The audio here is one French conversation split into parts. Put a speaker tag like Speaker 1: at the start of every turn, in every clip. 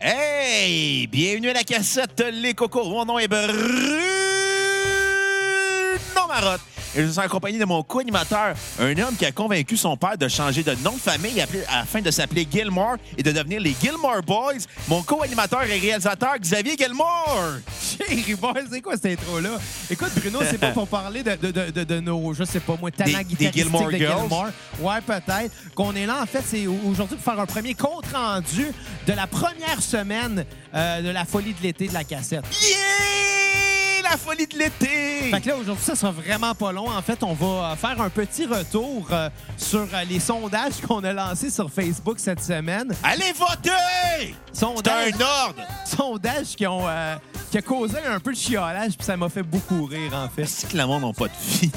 Speaker 1: Hey! Bienvenue à la cassette Les Cocos. Mon nom est Bruno Marotte. Et je suis en compagnie de mon co-animateur, un homme qui a convaincu son père de changer de nom de famille appelé- afin de s'appeler Gilmore et de devenir les Gilmore Boys. Mon co-animateur et réalisateur, Xavier Gilmore.
Speaker 2: Chez Rivard, c'est quoi cette intro-là? Écoute, Bruno, c'est pas pour parler de, de, de, de- de nos, je sais pas moi, talents
Speaker 1: Des- des
Speaker 2: guitaristiques
Speaker 1: Gilmore
Speaker 2: de
Speaker 1: Girls.
Speaker 2: Gilmore. Ouais, peut-être. Qu'on est là, en fait, c'est au- aujourd'hui pour faire un premier compte-rendu de la première semaine euh, de la folie de l'été de la cassette.
Speaker 1: Yeah! La folie de l'été!
Speaker 2: Fait que là, aujourd'hui, ça sera vraiment pas long. En fait, on va euh, faire un petit retour euh, sur euh, les sondages qu'on a lancés sur Facebook cette semaine.
Speaker 1: Allez voter! C'est
Speaker 2: Sondage,
Speaker 1: un ordre!
Speaker 2: sondage qui, ont, euh, qui a causé un peu de chiolage, puis ça m'a fait beaucoup rire, en fait.
Speaker 1: Est-ce que le monde n'a pas de vie?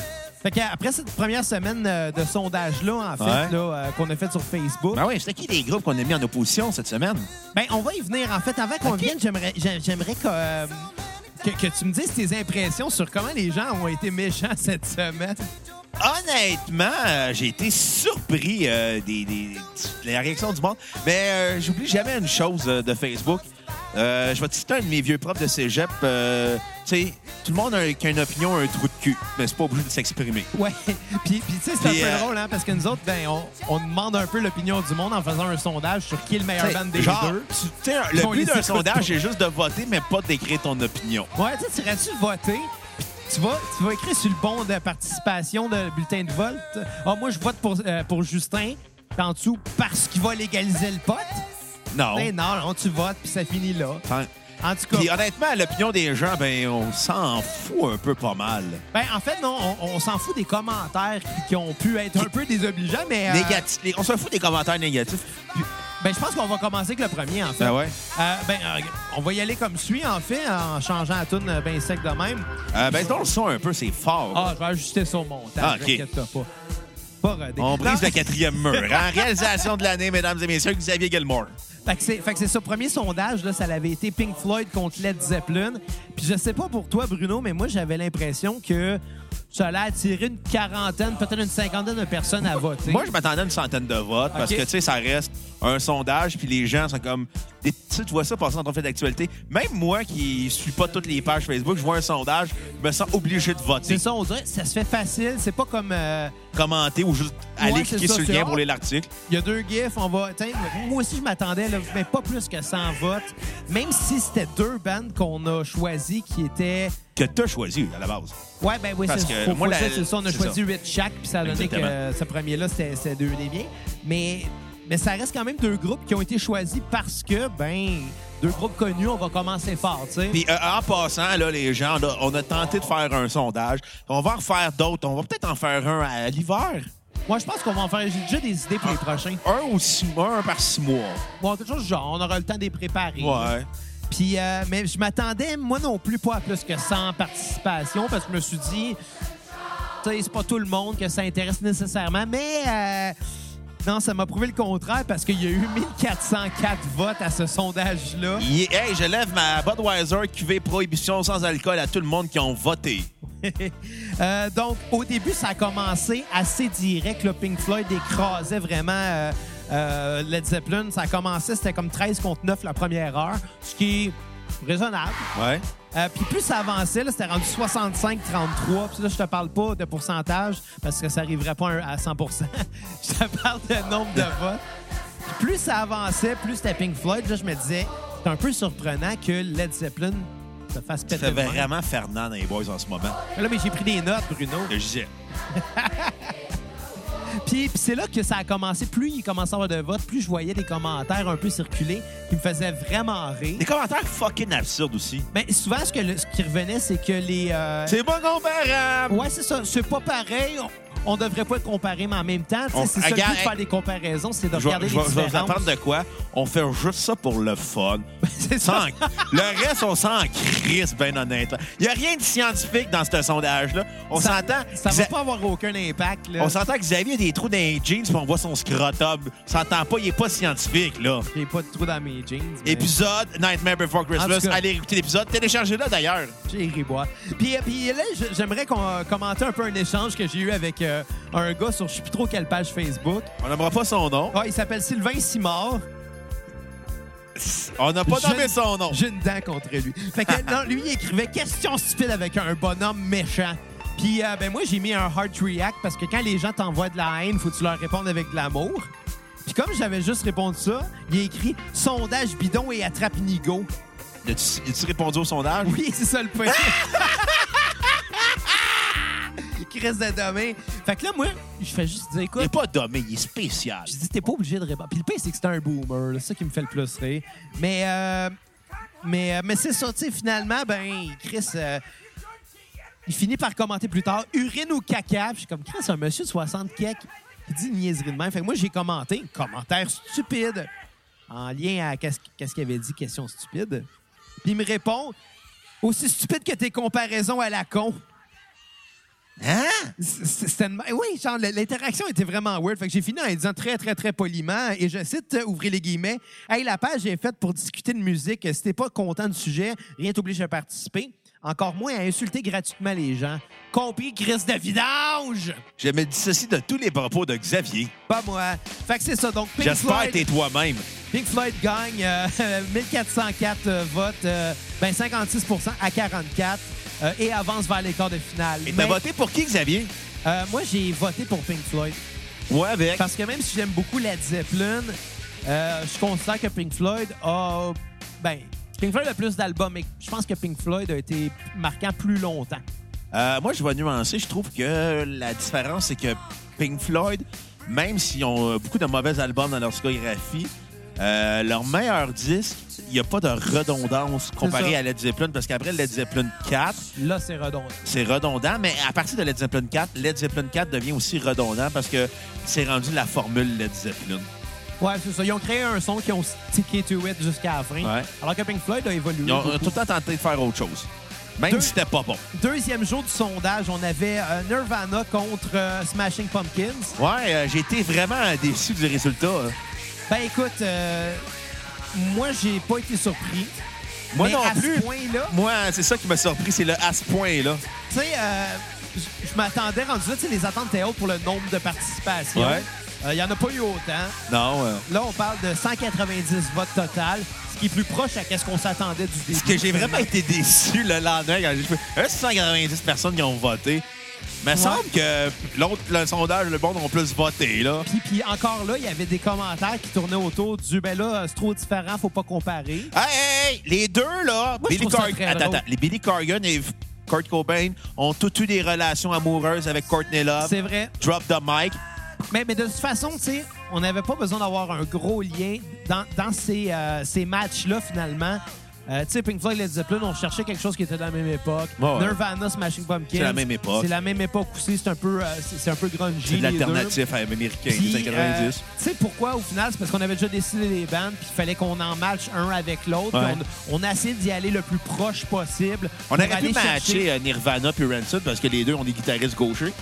Speaker 2: Fait que après cette première semaine euh, de sondage-là, en fait,
Speaker 1: Ouais.
Speaker 2: là, euh, qu'on a fait sur Facebook,
Speaker 1: Ben oui, c'était qui les groupes qu'on a mis en opposition cette semaine?
Speaker 2: ben, on va y venir. En fait, avant qu'on
Speaker 1: Ok.
Speaker 2: vienne, j'aimerais, j'ai- j'aimerais que, euh, que, que tu me dises tes impressions sur comment les gens ont été méchants cette semaine.
Speaker 1: Honnêtement, euh, j'ai été surpris euh, des, des- de la réaction du monde. Mais euh, j'oublie jamais une chose euh, de Facebook. Euh, je vais te citer un de mes vieux profs de cégep. euh, tu sais, tout le monde a, qui a une opinion, a un trou de cul. Mais c'est pas obligé de s'exprimer.
Speaker 2: Ouais. puis, puis tu sais, c'est un
Speaker 1: Puis,
Speaker 2: peu
Speaker 1: euh,
Speaker 2: drôle, hein, parce que nous autres, ben, on, on demande un peu l'opinion du monde en faisant un sondage sur qui est le meilleur
Speaker 1: T'sais,
Speaker 2: band des
Speaker 1: genre,
Speaker 2: deux.
Speaker 1: tu- tu sais, le
Speaker 2: On
Speaker 1: but
Speaker 2: les
Speaker 1: d'un
Speaker 2: écoute pas.
Speaker 1: sondage, c'est juste de voter, mais pas d'écrire ton opinion.
Speaker 2: Ouais, tu sais, tu irais-tu voter? Puis Tu vas, tu vas écrire sur le bon de participation de bulletin de vote. Ah, moi, je vote pour, euh, pour Justin. Puis En dessous, parce qu'il va légaliser le pote.
Speaker 1: Non.
Speaker 2: Ben non, non, tu votes, puis ça finit là.
Speaker 1: Enfin,
Speaker 2: En tout
Speaker 1: Ah. puis euh,
Speaker 2: cas,
Speaker 1: honnêtement, l'opinion des gens, ben, on s'en fout un peu pas mal.
Speaker 2: ben, en fait, non, on, on s'en fout des commentaires qui, qui ont pu être un peu désobligeants, mais. euh,
Speaker 1: Négatif- les- on s'en fout des commentaires négatifs.
Speaker 2: puis- ben, je pense qu'on va commencer avec le premier, en fait.
Speaker 1: Ben ouais.
Speaker 2: Euh, ben, euh, on va y aller comme suit, en fait, en changeant la toune euh, ben sec de même.
Speaker 1: Euh, ben, donc, le son un peu, c'est fort.
Speaker 2: Ah, je vais ajuster son montage.
Speaker 1: Ah, ok.
Speaker 2: inquiète-toi pas. euh, Pas rodé.
Speaker 1: On brise
Speaker 2: Non.
Speaker 1: le quatrième mur. En réalisation de l'année, mesdames et messieurs, Xavier Gilmore.
Speaker 2: Fait que c'est, fait que c'est ça. Premier sondage, là, ça l'avait été Pink Floyd contre Led Zeppelin. Puis je sais pas pour toi, Bruno, mais moi, j'avais l'impression que ça allait attirer une quarantaine, peut-être une cinquantaine de personnes à voter.
Speaker 1: Moi, je m'attendais à une centaine de votes parce
Speaker 2: Ok.
Speaker 1: que, tu sais, ça reste un sondage, puis les gens sont comme. des- Tu sais, tu vois ça passer dans ton fait d'actualité. Même moi qui suis pas toutes les pages Facebook, je vois un sondage, je me sens obligé de voter,
Speaker 2: c'est ça, on dirait. Ça se fait facile. C'est pas comme... euh,
Speaker 1: commenter ou juste aller
Speaker 2: Ouais,
Speaker 1: cliquer
Speaker 2: c'est ça,
Speaker 1: sur le
Speaker 2: c'est
Speaker 1: lien
Speaker 2: rare.
Speaker 1: pour lire l'article.
Speaker 2: Il y a deux gifs, on va. Tiens, moi aussi, je m'attendais, là, mais pas plus que 100 votes. Même si c'était deux bandes qu'on a choisies qui étaient.
Speaker 1: Que tu as choisi à la base.
Speaker 2: Ouais, ben oui,
Speaker 1: Parce
Speaker 2: c'est
Speaker 1: que
Speaker 2: faut-
Speaker 1: moi,
Speaker 2: faut
Speaker 1: la-
Speaker 2: dire, c'est ça. On a
Speaker 1: c'est
Speaker 2: choisi 8 chaque, puis ça a donné que
Speaker 1: Exactement.
Speaker 2: euh, ce premier-là, c'était c'était deux des miens. Mais, mais ça reste quand même deux groupes qui ont été choisis parce que, ben, deux groupes connus, on va commencer fort, tu sais.
Speaker 1: Puis euh, en passant, là, les gens, là, on a tenté de faire un sondage. On va en refaire d'autres. On va peut-être en faire un à l'hiver.
Speaker 2: Moi, je pense qu'on va en faire. J'ai déjà des idées
Speaker 1: Ah.
Speaker 2: pour les prochains.
Speaker 1: Un ou six mois, un par six mois.
Speaker 2: Bon, quelque chose du genre, on aura le temps de les préparer.
Speaker 1: Ouais.
Speaker 2: Puis, euh, mais je m'attendais, moi non plus, pas à plus que 100 participations parce que je me suis dit, tu sais, c'est pas tout le monde que ça intéresse nécessairement, mais euh, non, ça m'a prouvé le contraire parce qu'il y a eu 1404 votes à ce sondage-là.
Speaker 1: Yeah, Hey, je lève ma Budweiser cuvée prohibition sans alcool à tout le monde qui ont voté.
Speaker 2: Euh, donc, au début, ça a commencé assez direct. Le Pink Floyd écrasait vraiment euh, euh, Led Zeppelin. Ça a commencé, c'était comme 13 contre 9 la première heure, ce qui est raisonnable.
Speaker 1: Ouais.
Speaker 2: Euh, puis plus ça avançait, là, c'était rendu 65-33. Puis là, je te parle pas de pourcentage parce que ça arriverait pas à un- à 100 Je te parle de nombre de votes. Puis plus ça avançait, plus c'était Pink Floyd. Là, je me disais, c'est un peu surprenant que Led Zeppelin se fasse
Speaker 1: Tu
Speaker 2: péter.
Speaker 1: fais
Speaker 2: de même.
Speaker 1: vraiment Fernand dans les boys en ce moment.
Speaker 2: Là, mais j'ai pris des notes, Bruno.
Speaker 1: Je disais.
Speaker 2: Puis, puis c'est là que ça a commencé. Plus il commençait à avoir de votes, plus je voyais des commentaires un peu circuler qui me faisaient vraiment rire.
Speaker 1: Des commentaires fucking absurdes aussi.
Speaker 2: Mais souvent, ce, que le- ce qui revenait, c'est que les... euh,
Speaker 1: C'est pas comparable!
Speaker 2: Ouais, c'est ça. C'est pas pareil. On, on devrait pas comparer, mais en même temps, tu sais,
Speaker 1: On-
Speaker 2: c'est ça le
Speaker 1: regarde,
Speaker 2: but de faire des comparaisons, c'est de
Speaker 1: Je vais,
Speaker 2: regarder
Speaker 1: je
Speaker 2: les
Speaker 1: vais- je vais vous
Speaker 2: différences.
Speaker 1: apprendre de quoi. On fait juste ça pour le fun.
Speaker 2: c'est ça.
Speaker 1: Sans- le reste, on s'en crisse, ben honnêtement. Il n'y a rien de scientifique dans ce sondage-là. On
Speaker 2: Ça-
Speaker 1: s'entend.
Speaker 2: Ça va
Speaker 1: Xa-
Speaker 2: pas euh. avoir aucun impact. Là.
Speaker 1: On s'entend que Xavier a des trous dans les jeans, puis on voit son scrotum. On s'entend pas, il est pas scientifique, là.
Speaker 2: J'ai pas de trou dans mes jeans. mais-
Speaker 1: Épisode Nightmare Before
Speaker 2: En tout
Speaker 1: Christmas.
Speaker 2: cas.
Speaker 1: Allez écouter l'épisode. Téléchargez-le d'ailleurs.
Speaker 2: J'ai ri boire. Puis, euh, puis là, je- j'aimerais qu'on euh, commente un peu un échange que j'ai eu avec euh, un gars sur je sais plus trop quelle page Facebook.
Speaker 1: Ah, On n'aimera pas son nom.
Speaker 2: Ah, il s'appelle Sylvain Simard.
Speaker 1: On n'a pas
Speaker 2: Je-
Speaker 1: nommé son nom.
Speaker 2: J'ai une dent contre lui. Fait que non, lui, il écrivait Question stupide avec un bonhomme méchant. Puis, euh, ben, moi, j'ai mis un Heart React parce que quand les gens t'envoient de la haine, faut que tu leur répondes avec de l'amour. Puis, comme j'avais juste répondu ça, il a écrit Sondage bidon et attrape Nigo.
Speaker 1: As-tu as-tu répondu au sondage?
Speaker 2: Oui, c'est ça le point. Chris de demain. Fait que là, moi, je fais juste dire,
Speaker 1: Il
Speaker 2: écoute,
Speaker 1: n'est pas dommé, il est spécial.
Speaker 2: je dis, t'es pas obligé de répondre. Puis le pire, c'est que c'est un boomer. là. C'est ça qui me fait le plus rire. Mais, euh, mais, euh, mais c'est ça, tu sais, finalement, ben, Chris, euh, il finit par commenter plus tard urine ou caca. Puis je suis comme, Chris, un monsieur de 60 kek qui dit une niaiserie de même. Fait que moi, j'ai commenté, commentaire stupide, en lien à qu'est-ce qu'est-ce qu'il avait dit, question stupide. Puis il me répond, aussi stupide que tes comparaisons à la con.
Speaker 1: Hein?
Speaker 2: C- c- c'était une- Oui, genre, l- l'interaction était vraiment weird. Fait que j'ai fini en disant très, très, très poliment, et je cite, euh, ouvrez les guillemets, « Hey, la page est faite pour discuter de musique. Si t'es pas content du sujet, rien t'oblige à participer. Encore moins à insulter gratuitement les gens. Compris, Chris de vidange!
Speaker 1: Je me dissocie de tous les propos de Xavier.
Speaker 2: Pas moi. Fait que c'est ça. Donc, Pink
Speaker 1: J'espère que
Speaker 2: Floyd-
Speaker 1: t'es toi-même.
Speaker 2: Pink Floyd gagne euh, 1404 euh, votes, euh, ben 56 à 44 euh, et avance vers les quarts de finale.
Speaker 1: Et
Speaker 2: Mais,
Speaker 1: t'as voté pour qui, Xavier?
Speaker 2: euh, moi, j'ai voté pour Pink Floyd.
Speaker 1: Moi, avec.
Speaker 2: Parce que même si j'aime beaucoup Led Zeppelin, euh, je considère que Pink Floyd a. Ben, Pink Floyd a plus d'albums, mais je pense que Pink Floyd a été marquant plus longtemps.
Speaker 1: Euh, moi, je vais nuancer. Je trouve que la différence, c'est que Pink Floyd, même s'ils ont euh, beaucoup de mauvais albums dans leur discographie, euh, leur meilleur disque, il n'y a pas de redondance comparé
Speaker 2: ça.
Speaker 1: à Led Zeppelin, parce qu'après Led Zeppelin 4,
Speaker 2: Là, c'est redondant.
Speaker 1: c'est redondant, mais à partir de Led Zeppelin 4, Led Zeppelin 4 devient aussi redondant parce que c'est rendu la formule Led Zeppelin.
Speaker 2: Ouais, c'est ça. Ils ont créé un son qui ont stické to it jusqu'à la fin.
Speaker 1: Ouais.
Speaker 2: Alors que Pink Floyd a évolué.
Speaker 1: Ils ont euh,
Speaker 2: beaucoup.
Speaker 1: tout le temps tenté de faire autre chose, même
Speaker 2: Deux-
Speaker 1: si c'était pas bon.
Speaker 2: Deuxième jour du sondage, on avait euh, Nirvana contre euh, Smashing Pumpkins.
Speaker 1: Ouais, euh, j'ai été vraiment déçu du résultat. hein.
Speaker 2: Ben écoute, euh, moi j'ai pas été surpris.
Speaker 1: Moi
Speaker 2: mais
Speaker 1: non
Speaker 2: à
Speaker 1: plus.
Speaker 2: ce point-là,
Speaker 1: Moi, c'est ça qui m'a surpris, c'est le à ce point-là.
Speaker 2: tu sais, euh, je je m'attendais rendu là, tu sais, les attentes étaient hautes pour le nombre de participations.
Speaker 1: Ouais.
Speaker 2: Il n'y en a pas eu autant.
Speaker 1: Non. euh,
Speaker 2: Là, on parle de 190 votes total, ce qui est plus proche à ce qu'on s'attendait du début.
Speaker 1: Parce que j'ai vraiment été déçu le lendemain quand j'ai fait Hein, 190 personnes qui ont voté. Mais il semble que l'autre, le sondage, le bon, ont plus voté, là.
Speaker 2: Puis, puis encore là, il y avait des commentaires qui tournaient autour du ben là, c'est trop différent, faut pas comparer.
Speaker 1: Hey, hey, hey, les deux, là,
Speaker 2: Moi, je
Speaker 1: Billy
Speaker 2: trouve ça
Speaker 1: Corgan-
Speaker 2: très
Speaker 1: attends,
Speaker 2: drôle.
Speaker 1: attends, les Billy Corgan et Kurt Cobain ont toutes eu des relations amoureuses avec Courtney Love.
Speaker 2: C'est vrai.
Speaker 1: Drop the mic.
Speaker 2: Mais, mais de toute façon, tu sais, on n'avait pas besoin d'avoir un gros lien dans, dans ces, euh, ces matchs-là, finalement. Euh, tu sais, Pink Floyd, Led Zeppelin, on cherchait quelque chose qui était de la même époque.
Speaker 1: Ouais, ouais.
Speaker 2: Nirvana, Smashing Pumpkins.
Speaker 1: C'est la même époque.
Speaker 2: C'est la même époque aussi. C'est un peu, euh, c'est c'est un peu grungy.
Speaker 1: C'est de
Speaker 2: les deux.
Speaker 1: l'alternatif à américain
Speaker 2: Puis,
Speaker 1: des années
Speaker 2: euh,
Speaker 1: 90.
Speaker 2: Tu sais pourquoi, au final? C'est parce qu'on avait déjà décidé les bandes, puis il fallait qu'on en match un avec l'autre.
Speaker 1: Ouais.
Speaker 2: Puis On, on a essayé d'y aller le plus proche possible.
Speaker 1: On
Speaker 2: pour
Speaker 1: aurait pu
Speaker 2: aller chercher-
Speaker 1: matcher euh, Nirvana puis Rancid parce que les deux ont des guitaristes gauchers.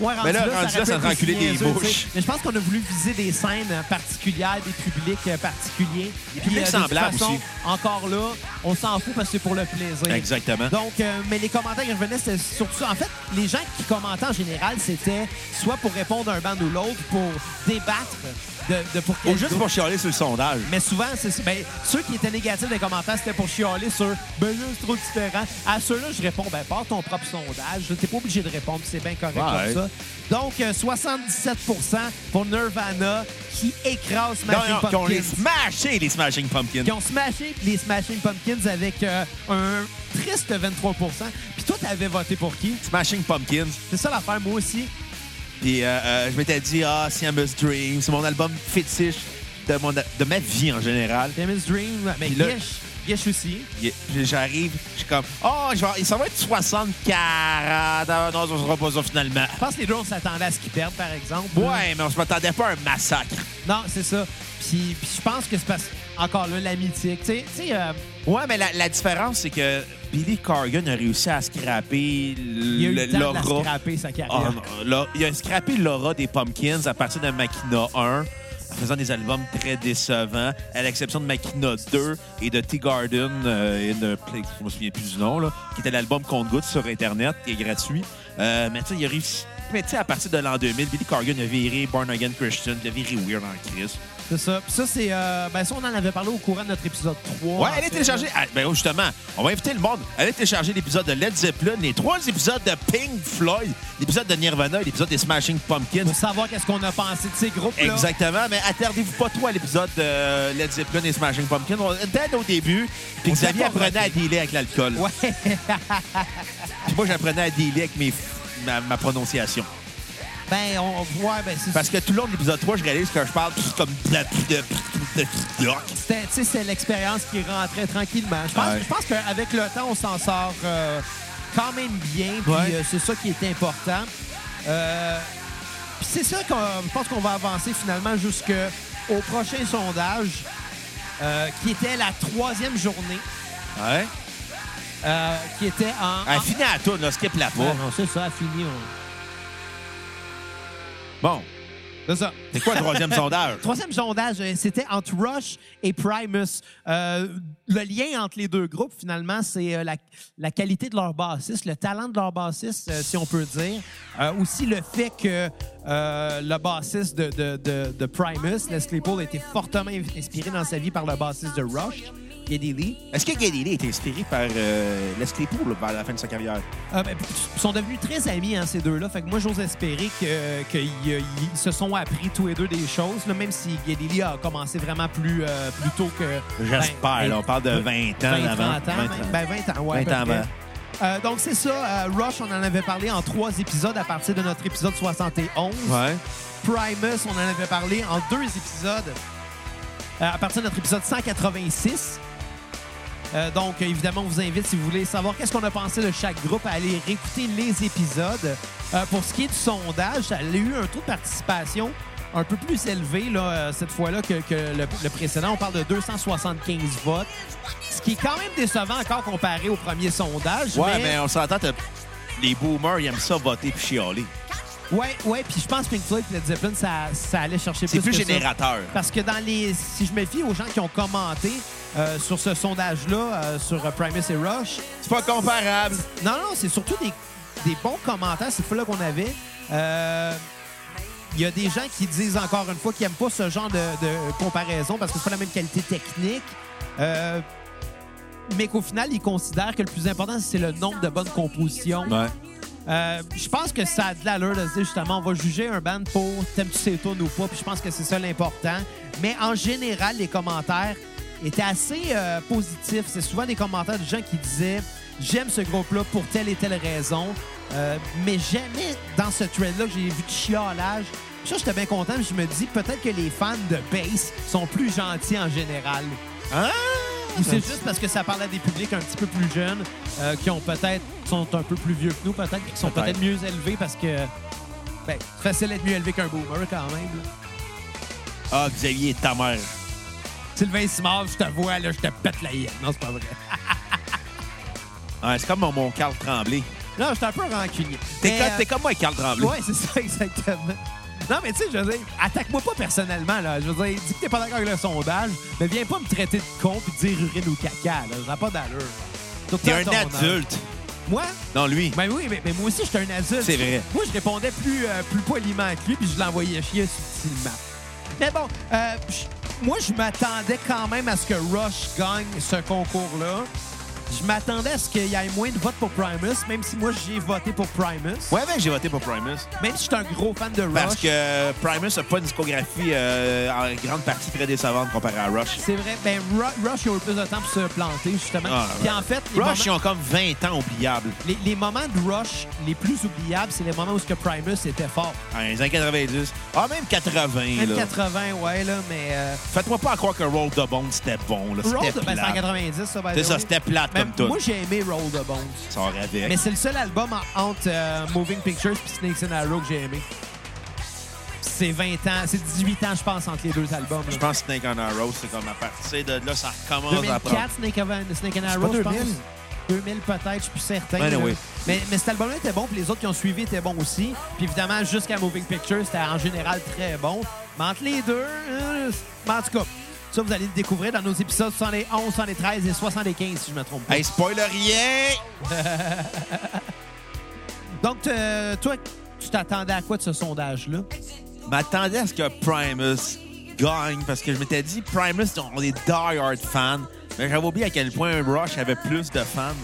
Speaker 2: Ouais, rendu
Speaker 1: Mais là, rendu
Speaker 2: aurait
Speaker 1: là,
Speaker 2: pu
Speaker 1: ça
Speaker 2: être
Speaker 1: te reculait
Speaker 2: aussi
Speaker 1: des
Speaker 2: niaiseux, tu sais.
Speaker 1: bouches.
Speaker 2: Mais je pense qu'on a voulu viser des scènes euh, particulières, des publics euh, particuliers. euh, Des
Speaker 1: publics semblables aussi.
Speaker 2: Encore là, on s'en fout parce que c'est pour le plaisir.
Speaker 1: Exactement.
Speaker 2: Donc, euh, mais les commentaires qui revenaient, c'était surtout ça. En fait, les gens qui commentaient en général, c'était soit pour répondre à un band ou l'autre, pour débattre de, de pour
Speaker 1: Ou
Speaker 2: quel
Speaker 1: juste
Speaker 2: groupe.
Speaker 1: pour chialer sur le sondage.
Speaker 2: Mais souvent, c'est ben, ceux qui étaient négatifs des commentaires, c'était pour chialer sur ben là, c'est trop différent. À ceux-là, je réponds ben pars ton propre sondage. T'es pas obligé de répondre, c'est bien correct
Speaker 1: Ouais.
Speaker 2: comme ça. Donc euh, 77 pour Nirvana qui écrase
Speaker 1: Non,
Speaker 2: Smashing
Speaker 1: non, qui ont les
Speaker 2: Pumpkins.
Speaker 1: smashé, les Smashing Pumpkins.
Speaker 2: Qui ont smashé les Smashing Pumpkins avec euh, un triste 23 Puis toi, t'avais voté pour qui?
Speaker 1: Smashing Pumpkins.
Speaker 2: C'est ça l'affaire, moi aussi.
Speaker 1: Puis euh, euh, je m'étais dit, ah, Siamese Dream, c'est mon album fétiche de, mon, de ma vie en général.
Speaker 2: Demon's Dream, mais
Speaker 1: Puis là-
Speaker 2: Gish, Gish aussi.
Speaker 1: Puis J'arrive, je suis comme, oh, je vais- ça va être 64. Ah, non, ça sera pas ça finalement.
Speaker 2: Je pense que les deux, on s'attendait à ce qu'ils perdent, par exemple.
Speaker 1: Ouais, mais on se m'attendait pas à un massacre.
Speaker 2: Non, c'est ça. Puis, puis je pense que c'est parce encore là, la mythique. Tu sais, tu sais, euh,
Speaker 1: Ouais, mais la, la différence, c'est que Billy Corgan a réussi à scraper
Speaker 2: il y a eu
Speaker 1: le-
Speaker 2: le temps de la
Speaker 1: l'aura.
Speaker 2: scraper, sa
Speaker 1: Ah,
Speaker 2: carrière.
Speaker 1: non, là, il a scrappé l'aura des Pumpkins à partir de Machina 1, en faisant des albums très décevants, à l'exception de Machina 2 et de Tea Garden euh, in the Place, je me souviens plus du nom, là, qui était l'album qu'on goûte sur Internet, qui est gratuit. Euh, mais tu sais, il a réussi Mais tu sais, à partir de l'an 2000, Billy Corgan a viré Born Again Christian, il a viré Weird en Chris.
Speaker 2: C'est ça. Puis ça, c'est. euh, ben, ça, on en avait parlé au courant de notre épisode 3.
Speaker 1: Ouais,
Speaker 2: en
Speaker 1: allez
Speaker 2: fait,
Speaker 1: télécharger.
Speaker 2: là.
Speaker 1: ah, ben oh, justement, on va inviter le monde. Allez télécharger l'épisode de Led Zeppelin, les trois épisodes de Pink Floyd, l'épisode de Nirvana, et l'épisode des Smashing Pumpkins.
Speaker 2: Pour savoir qu'est-ce qu'on a pensé de ces groupes-là.
Speaker 1: Exactement, mais attardez-vous pas trop à l'épisode de Led Zeppelin et Smashing Pumpkins. On était au début, puis
Speaker 2: On
Speaker 1: Xavier
Speaker 2: s'est
Speaker 1: apprenait à
Speaker 2: confronté.
Speaker 1: dealer avec l'alcool.
Speaker 2: Ouais.
Speaker 1: Puis moi, j'apprenais à dealer avec mes, ma, ma prononciation.
Speaker 2: Ben, on voit. Ben, c'est.
Speaker 1: Parce que tout le long de l'épisode 3, je réalise que je parle pff, comme de la pff, de pff, de pff, de rock.
Speaker 2: c'était- Tu sais, c'est l'expérience qui rentrait tranquillement. Je pense,
Speaker 1: Ouais.
Speaker 2: je pense qu'avec le temps, on s'en sort euh, quand même bien. Puis
Speaker 1: Ouais.
Speaker 2: euh, c'est ça qui est important. Euh, puis c'est ça qu'on je pense qu'on va avancer finalement jusqu'au prochain sondage, euh, qui était la troisième journée,
Speaker 1: Ouais.
Speaker 2: euh, qui était en.
Speaker 1: hein? Elle
Speaker 2: en-
Speaker 1: finit à la toune, là, skip la
Speaker 2: Ah. Ouais,
Speaker 1: pas.
Speaker 2: non, c'est ça, elle finit.
Speaker 1: Bon,
Speaker 2: C'est ça.
Speaker 1: c'est quoi le troisième sondage?
Speaker 2: Troisième sondage, euh, c'était entre Rush et Primus. Euh, le lien entre les deux groupes, finalement, c'est euh, la, la qualité de leur bassiste, le talent de leur bassiste, euh, si on peut dire. Euh, aussi le fait que euh, le bassiste de, de- de- de Primus, Les Claypool, a été fortement inspiré dans sa vie par le bassiste de Rush, Geddy Lee.
Speaker 1: Est-ce que Galilée est inspiré par euh, Les Claypool là, vers la fin de sa carrière?
Speaker 2: Euh, ben, ils sont devenus très amis, hein, ces deux-là. Fait que moi, j'ose espérer que- qu'ils euh, ils se sont appris tous les deux des choses, là, même si Geddy a commencé vraiment plus, euh, plus tôt que.
Speaker 1: J'espère.
Speaker 2: ben,
Speaker 1: là, on parle de 20 ans
Speaker 2: 20,
Speaker 1: avant.
Speaker 2: 30 ans, ben, ben, 20 ans, ouais,
Speaker 1: 20
Speaker 2: à peu
Speaker 1: ans
Speaker 2: près.
Speaker 1: avant.
Speaker 2: Euh, donc, c'est ça. euh, Rush, on en avait parlé en trois épisodes à partir de notre épisode 71.
Speaker 1: Ouais.
Speaker 2: Primus, on en avait parlé en deux épisodes euh, à partir de notre épisode 186. Euh, donc, euh, évidemment, on vous invite, si vous voulez savoir qu'est-ce qu'on a pensé de chaque groupe, à aller réécouter les épisodes. Euh, pour ce qui est du sondage, ça a eu un taux de participation un peu plus élevé là, euh, cette fois-là que, que le, le précédent. On parle de 275 votes, ce qui est quand même décevant encore comparé au premier sondage.
Speaker 1: Ouais, mais, on s'entend, t'as- les boomers, ils aiment ça voter puis chialer.
Speaker 2: Ouais, ouais, puis je pense que Pink Floyd et Led Zeppelin, ça, ça allait chercher plus
Speaker 1: C'est plus
Speaker 2: que ça.
Speaker 1: générateur.
Speaker 2: Parce que dans les. Si je me fie aux gens qui ont commenté euh, sur ce sondage-là, euh, sur euh, Primus et Rush,
Speaker 1: C'est pas comparable.
Speaker 2: non, non, c'est surtout des, des bons commentaires, c'est là qu'on avait. Euh, Il y a des gens qui disent encore une fois qu'ils n'aiment pas ce genre de, de comparaison parce que c'est pas la même qualité technique. Euh, mais qu'au final, ils considèrent que le plus important, c'est le nombre de bonnes compositions.
Speaker 1: Ouais.
Speaker 2: Euh, je pense que ça a de l'allure de se dire justement, on va juger un band pour t'aimes-tu ses tunes ou pas, puis je pense que c'est ça l'important. Mais en général, les commentaires étaient assez euh, positifs. C'est souvent des commentaires de gens qui disaient j'aime ce groupe-là pour telle et telle raison, Euh, mais jamais dans ce trend-là que j'ai vu de chiolage. Ça, j'étais bien content, mais je me dis peut-être que les fans de Bass sont plus gentils en général.
Speaker 1: Hein?
Speaker 2: Ou c'est juste parce que ça parle à des publics un petit peu plus jeunes, euh, qui ont peut-être sont un peu plus vieux que nous, peut-être, qui sont
Speaker 1: Peut-être.
Speaker 2: peut-être mieux élevés parce que ben, c'est facile d'être mieux élevé qu'un boomer quand même. là.
Speaker 1: Ah, Xavier, ta mère.
Speaker 2: Sylvain Simard, je te vois, là, je te pète la gueule. Non, c'est pas vrai.
Speaker 1: Ouais, c'est comme mon- mon Carl Tremblay.
Speaker 2: Non, je suis un peu rancunier.
Speaker 1: T'es
Speaker 2: Mais,
Speaker 1: co-
Speaker 2: euh,
Speaker 1: t'es comme moi, Carl Tremblay.
Speaker 2: Ouais, c'est ça, exactement. Non, mais tu sais, je veux dire, attaque-moi pas personnellement, là. Je veux dire, dis que t'es pas d'accord avec le sondage, mais viens pas me traiter de con puis dire urine ou caca, là. Ça n'a pas d'allure. Surtout
Speaker 1: T'es
Speaker 2: à
Speaker 1: un
Speaker 2: ton âge.
Speaker 1: adulte.
Speaker 2: Moi?
Speaker 1: Non, lui.
Speaker 2: Ben oui, mais, mais moi aussi, j'étais un adulte.
Speaker 1: C'est vrai.
Speaker 2: Moi, je répondais plus, euh, plus poliment que lui, puis je l'envoyais chier subtilement. Mais bon, euh, je- moi, je m'attendais quand même à ce que Rush gagne ce concours-là. Je m'attendais à ce qu'il y ait moins de votes pour Primus, même si moi, j'ai voté pour Primus.
Speaker 1: Ouais, ben, j'ai voté pour Primus.
Speaker 2: Même si je suis un gros fan de Rush.
Speaker 1: Parce que euh, Primus n'a pas une discographie euh, en grande partie très décevante comparée à Rush.
Speaker 2: C'est vrai. Ben, Ru- Rush, ils ont eu plus de temps pour se planter, justement.
Speaker 1: Ah,
Speaker 2: Puis
Speaker 1: ouais.
Speaker 2: en fait, les
Speaker 1: Rush, ils
Speaker 2: moments,
Speaker 1: ont comme 20 ans oubliables.
Speaker 2: les, les moments de Rush les plus oubliables, c'est les moments où ce que Primus était fort.
Speaker 1: Dans hein, les années 90. Ah, même 80.
Speaker 2: Même
Speaker 1: là.
Speaker 2: 80, ouais, là, mais... euh,
Speaker 1: Faites-moi pas croire que Roll the Bone, c'était bon. là.
Speaker 2: Roll
Speaker 1: C'était
Speaker 2: the ben, c'est en
Speaker 1: plate.
Speaker 2: 90, ça, by the
Speaker 1: C'est ça,
Speaker 2: way.
Speaker 1: c'était plate
Speaker 2: Mais
Speaker 1: comme tout.
Speaker 2: Moi, j'ai aimé Roll the Bones.
Speaker 1: Ça aurait avec.
Speaker 2: Mais c'est le seul album en- entre euh, Moving Pictures et Snakes and Arrow que j'ai aimé. C'est 20 ans, c'est 18 ans, je pense, entre les deux albums. là.
Speaker 1: Je pense que Snake on a Rose, c'est comme à partir de là, Ah, ça recommence à prendre.
Speaker 2: 2004, Snake, and- Snake and Arrow,
Speaker 1: pas
Speaker 2: je pense.
Speaker 1: 2000?
Speaker 2: 2000 peut-être, je suis plus certain.
Speaker 1: Ouais,
Speaker 2: là.
Speaker 1: oui.
Speaker 2: mais, mais cet album-là était bon, puis les autres qui ont suivi étaient bons aussi. Puis évidemment, jusqu'à Moving Pictures, c'était en général très bon. Mais entre les deux, euh, mais en tout cas, ça, vous allez le découvrir dans nos épisodes 111, 113 et 75, si je me trompe pas.
Speaker 1: Hey, spoiler rien!
Speaker 2: Donc, euh, toi, Tu t'attendais à quoi de ce sondage-là?
Speaker 1: m'attendais à ce que Primus gagne parce que je m'étais dit, Primus, on est die-hard fans. Mais j'avais oublié à quel point Rush avait plus de fans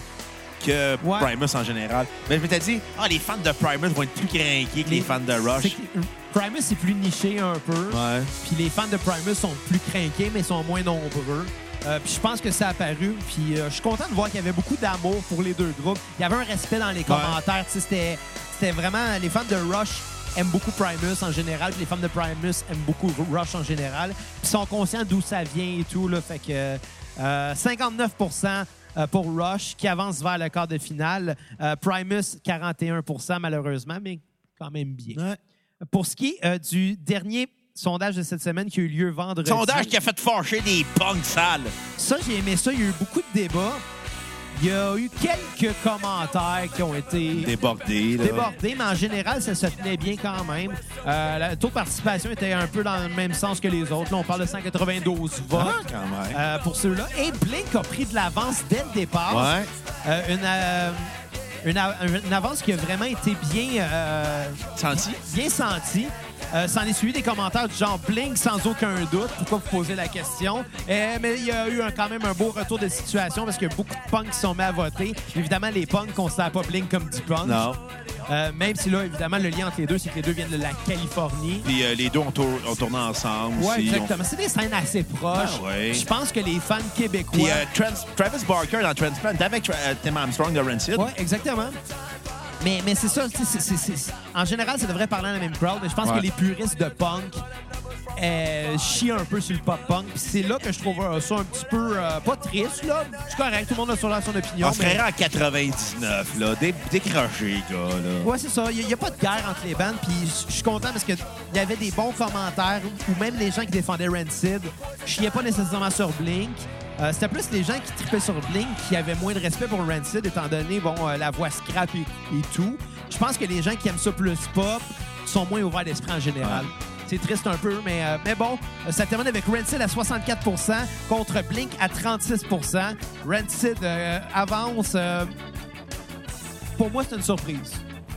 Speaker 1: que
Speaker 2: Ouais.
Speaker 1: Primus en général. Mais je m'étais dit, ah, les fans de Primus vont être plus craqués que les fans de
Speaker 2: C'est
Speaker 1: Rush.
Speaker 2: que, euh, Primus est plus niché un peu.
Speaker 1: Ouais.
Speaker 2: Puis les fans de Primus sont plus craqués, mais sont moins nombreux. Euh, puis je pense que ça a apparu. Puis euh, je suis content de voir qu'il y avait beaucoup d'amour pour les deux groupes. Il y avait un respect dans les commentaires. Tu sais, C'était c'était vraiment... Les fans de Rush aiment beaucoup Primus en général. Puis les fans de Primus aiment beaucoup Rush en général. Puis ils sont conscients d'où ça vient et tout. Là, fait que euh, 59 euh, pour Rush, qui avance vers le quart de finale. Euh, Primus, 41 malheureusement, mais quand même bien.
Speaker 1: Ouais.
Speaker 2: Pour ce qui est euh, du dernier sondage de cette semaine qui a eu lieu vendredi.
Speaker 1: Sondage qui a fait fâcher des punks sales.
Speaker 2: Ça, j'ai aimé ça. Il y a eu beaucoup de débats. Il y a eu quelques commentaires qui ont été
Speaker 1: Débordé, là.
Speaker 2: débordés, mais en général, ça se tenait bien quand même. Euh, le taux de participation était un peu dans le même sens que les autres. Là, on parle de 192 votes.
Speaker 1: Ah, quand même.
Speaker 2: euh, pour ceux-là. Et Blink a pris de l'avance dès le départ.
Speaker 1: Ouais.
Speaker 2: Euh, une, euh, une a- une avance qui a vraiment été bien euh,
Speaker 1: Senti?
Speaker 2: bien senti. Euh, S'en est suivi des commentaires du genre Blink sans aucun doute. Pourquoi vous posez la question? Euh, mais il y a eu un- quand même un beau retour de situation parce qu'il y a beaucoup de punks qui sont mis à voter. Évidemment, les punks ne considèrent pas Blink comme du punk.
Speaker 1: Non.
Speaker 2: Euh, même si là, évidemment, le lien entre les deux, c'est que les deux viennent de la Californie.
Speaker 1: Puis euh, les deux ont, tour- ont tourné ensemble.
Speaker 2: Ouais,
Speaker 1: aussi. Ils ont-
Speaker 2: exactement. C'est des scènes assez proches.
Speaker 1: Ah ouais.
Speaker 2: Je pense que les fans québécois.
Speaker 1: Puis euh, Trans- Travis Barker dans Transplant avec Tra- euh, Tim Armstrong de Rancid.
Speaker 2: Oui, exactement. Mais, mais c'est ça. tu sais, c'est- c'est- c'est- En général, ça devrait parler à la même crowd, mais je pense
Speaker 1: Ouais.
Speaker 2: que les puristes de punk euh, chient un peu sur le pop-punk. Puis c'est là que je trouve euh, ça un petit peu euh, pas triste, là. C'est correct, tout le monde a son, son opinion.
Speaker 1: On se
Speaker 2: mais-
Speaker 1: créera en 99, là. Dé- décroché, gars, là.
Speaker 2: Ouais, c'est ça. Il n'y a, pas de guerre entre les bandes. Puis je- je suis content parce qu'il y avait des bons commentaires ou même les gens qui défendaient Rancid. Je chiais pas nécessairement sur Blink. Euh, C'était plus les gens qui tripaient sur Blink qui avaient moins de respect pour Rancid étant donné bon, euh, la voix scrap et, et tout. Je pense que les gens qui aiment ça plus pop sont moins ouverts d'esprit en général.
Speaker 1: Ouais.
Speaker 2: C'est triste un peu, mais, euh, mais bon, euh, ça termine avec Rancid à 64 contre Blink à 36 Rancid euh, avance. euh, pour moi, c'est une surprise.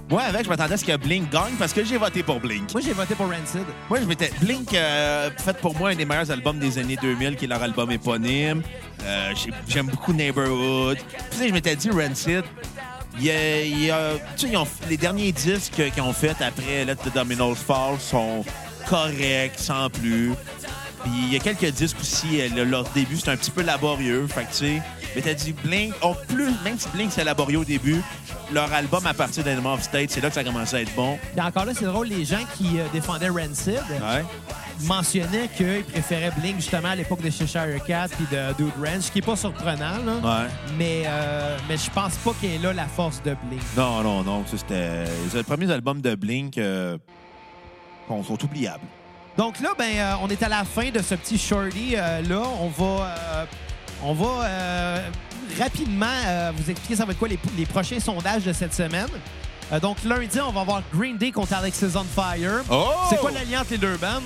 Speaker 1: Moi, avec, je m'attendais à ce que Blink gagne parce que j'ai voté pour Blink.
Speaker 2: Moi, j'ai voté pour Rancid.
Speaker 1: Moi, je m'étais. Blink euh, fait pour moi un des meilleurs albums des années 2000, qui est leur album éponyme. Euh, j'ai- J'aime beaucoup Neighborhood. Puis, tu sais, je m'étais dit, Rancid, il y a- il y a- tu sais, ils ont- les derniers disques qu'ils ont fait après Let the Dominoes Fall sont corrects, sans plus. Puis il y a quelques disques aussi, euh, le- leur début, c'est un petit peu laborieux. Fait que, tu sais, mais t'as dit Blink, ont plus, même si Blink, c'est laborieux au début, leur album à partir d'Animal of State, c'est là que ça a commencé à être bon.
Speaker 2: Puis encore là, c'est drôle, les gens qui euh, défendaient Rancid euh,
Speaker 1: Ouais.
Speaker 2: mentionnaient qu'ils préféraient Blink justement à l'époque de Cheshire Cat puis de Dude Ranch, ce qui est pas surprenant, là.
Speaker 1: Ouais.
Speaker 2: Mais, euh, mais je pense pas qu'elle est là la force de Blink.
Speaker 1: Non, non, non. ça, C'était les premiers albums de Blink euh, qu'on- sont oubliables.
Speaker 2: Donc là, ben, euh, on est à la fin de ce petit shorty. euh, là, on va, euh, on va euh, rapidement euh, vous expliquer ça va être quoi les, les prochains sondages de cette semaine. Euh, donc lundi, on va avoir Green Day contre Alexis on Fire.
Speaker 1: Oh!
Speaker 2: C'est quoi l'alliance entre les deux bandes?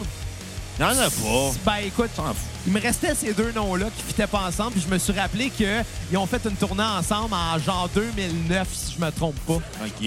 Speaker 1: Il y en a pas.
Speaker 2: Ben écoute,
Speaker 1: S'en fout.
Speaker 2: il me restait ces deux noms-là qui fitaient pas ensemble, puis je me suis rappelé qu'ils ont fait une tournée ensemble en genre 2009, si je me trompe pas.
Speaker 1: OK.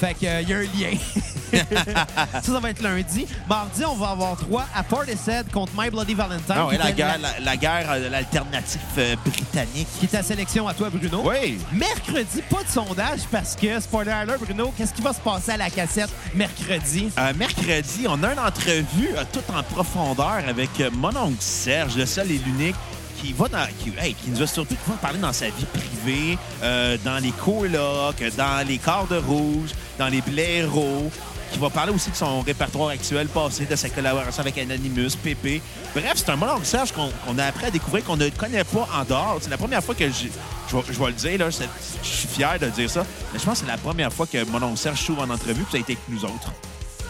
Speaker 2: Fait qu'il y a un lien. ça, ça va être lundi. Mardi, on va avoir trois à Portishead contre My Bloody Valentine.
Speaker 1: Ah ouais,
Speaker 2: qui
Speaker 1: la
Speaker 2: était
Speaker 1: guerre, la, la guerre euh, de l'alternative euh, britannique.
Speaker 2: qui est ta sélection à toi, Bruno.
Speaker 1: Oui.
Speaker 2: Mercredi, pas de sondage parce que, spoiler alert, Bruno, qu'est-ce qui va se passer à la cassette mercredi?
Speaker 1: Euh, mercredi, on a une entrevue euh, tout en profondeur avec euh, mon oncle Serge, le seul et l'unique, qui va dans, qui, hey, qui nous a surtout qui va parler dans sa vie privée, euh, dans les colocs, dans les corps de rouge, dans les blaireaux, qui va parler aussi de son répertoire actuel passé, de sa collaboration avec Anonymous, PP. Bref, c'est un mon oncle Serge qu'on qu'on a appris à découvrir, qu'on ne connaît pas en dehors. C'est la première fois que je, je, vais- je vais le dire, là, c'est- je suis fier de dire ça, mais je pense que c'est la première fois que mon oncle Serge s'ouvre en entrevue, puis ça a été avec nous autres.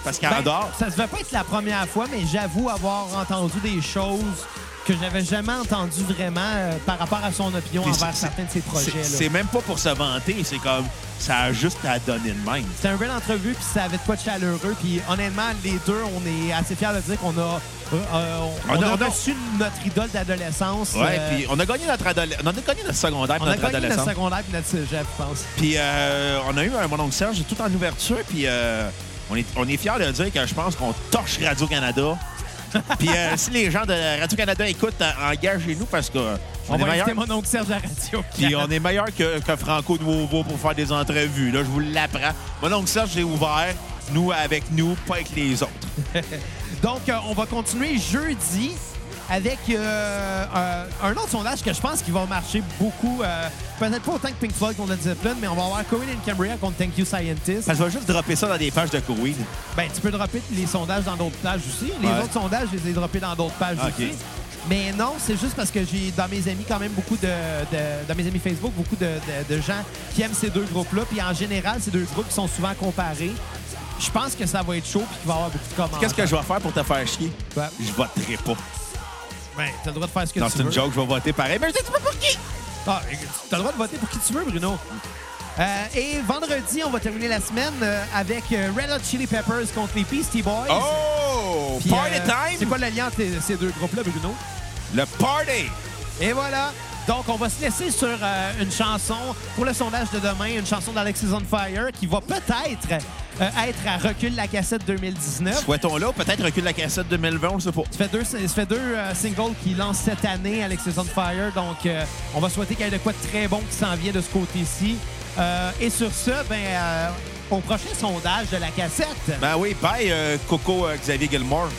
Speaker 1: Parce qu'en
Speaker 2: Ben,
Speaker 1: dehors,
Speaker 2: Ça se fait pas être la première fois, mais j'avoue avoir entendu des choses que j'avais jamais entendues vraiment euh, par rapport à son opinion
Speaker 1: Puis
Speaker 2: envers
Speaker 1: c'est-
Speaker 2: certains de ses
Speaker 1: c'est-
Speaker 2: projets.
Speaker 1: c'est
Speaker 2: là.
Speaker 1: même pas pour se vanter, c'est comme ça a juste à donner de même.
Speaker 2: C'était une belle entrevue, puis ça avait de quoi de chaleureux. Puis honnêtement, les deux, on est assez fiers de dire qu'on a, euh, euh, on,
Speaker 1: On a-
Speaker 2: a
Speaker 1: on a-
Speaker 2: reçu notre idole d'adolescence.
Speaker 1: Ah Ouais,
Speaker 2: euh,
Speaker 1: puis on a gagné notre adole- on a gagné notre secondaire,
Speaker 2: on a
Speaker 1: notre
Speaker 2: gagné notre
Speaker 1: adolescence.
Speaker 2: secondaire puis notre cégep, je pense.
Speaker 1: Puis euh, on a eu un mon oncle Serge tout en ouverture, puis euh, On est, on est fiers de dire que je pense qu'on torche Radio-Canada. Puis euh, si les gens de Radio-Canada écoutent, euh, engagez-nous parce que euh, on,
Speaker 2: On
Speaker 1: est
Speaker 2: va
Speaker 1: meilleurs.
Speaker 2: inviter mon oncle Serge à la radio.
Speaker 1: Puis on est meilleur que, que Franco Nouveau pour faire des entrevues. Là, je vous l'apprends. Mon oncle Serge, j'ai ouvert. Nous avec nous, pas avec les autres.
Speaker 2: Donc, euh, on va continuer jeudi avec euh, euh, un autre sondage que je pense qu'il va marcher beaucoup. euh, Peut-être pas autant que Pink Floyd contre Led Zeppelin, mais on va avoir Cohen and Cambria contre Thank You Scientist.
Speaker 1: Parce que je vais juste dropper ça dans des pages de Queen.
Speaker 2: Ben, tu peux dropper les sondages dans d'autres pages aussi. Les
Speaker 1: Ouais. Ah,
Speaker 2: autres sondages, je les ai droppés dans d'autres pages
Speaker 1: Ok.
Speaker 2: aussi. Mais non, c'est juste parce que j'ai dans mes amis quand même beaucoup de, de- dans mes amis Facebook, beaucoup de, de- de gens qui aiment ces deux groupes-là. Puis en général, ces deux groupes qui sont souvent comparés. Je pense que ça va être chaud puis qu'il va y avoir beaucoup de commentaires.
Speaker 1: Qu'est-ce que je vais faire pour te faire chier?
Speaker 2: Ouais.
Speaker 1: Je voterai pas.
Speaker 2: Ben, t'as le droit de faire ce que
Speaker 1: Non,
Speaker 2: tu
Speaker 1: c'est
Speaker 2: veux.
Speaker 1: une joke, je vais voter pareil. Mais je sais pas pour qui!
Speaker 2: Ah, t'as le droit de voter pour qui tu veux, Bruno. Euh, et vendredi, on va terminer la semaine euh, avec euh, Red Hot Chili Peppers contre les Beastie Boys.
Speaker 1: Oh!
Speaker 2: euh, Puis,
Speaker 1: party
Speaker 2: euh, C'est
Speaker 1: time!
Speaker 2: quoi le lien entre ces deux groupes-là, Bruno?
Speaker 1: Le party!
Speaker 2: Et voilà. Donc, on va se laisser sur euh, une chanson pour le sondage de demain, une chanson d'Alexis on Fire qui va peut-être euh, être à recul la cassette 2019.
Speaker 1: Souhaitons-le, peut-être recul la cassette 2020, on le sait pas.
Speaker 2: Ça fait deux, ça fait deux euh, singles qui lancent cette année, Alexis on Fire. Donc, euh, on va souhaiter qu'il y ait de quoi de très bon qui s'en vient de ce côté-ci. Euh, et sur ce, ben, euh, au prochain sondage de la cassette.
Speaker 1: Ben oui, bye euh, Coco euh, Xavier Gilmore.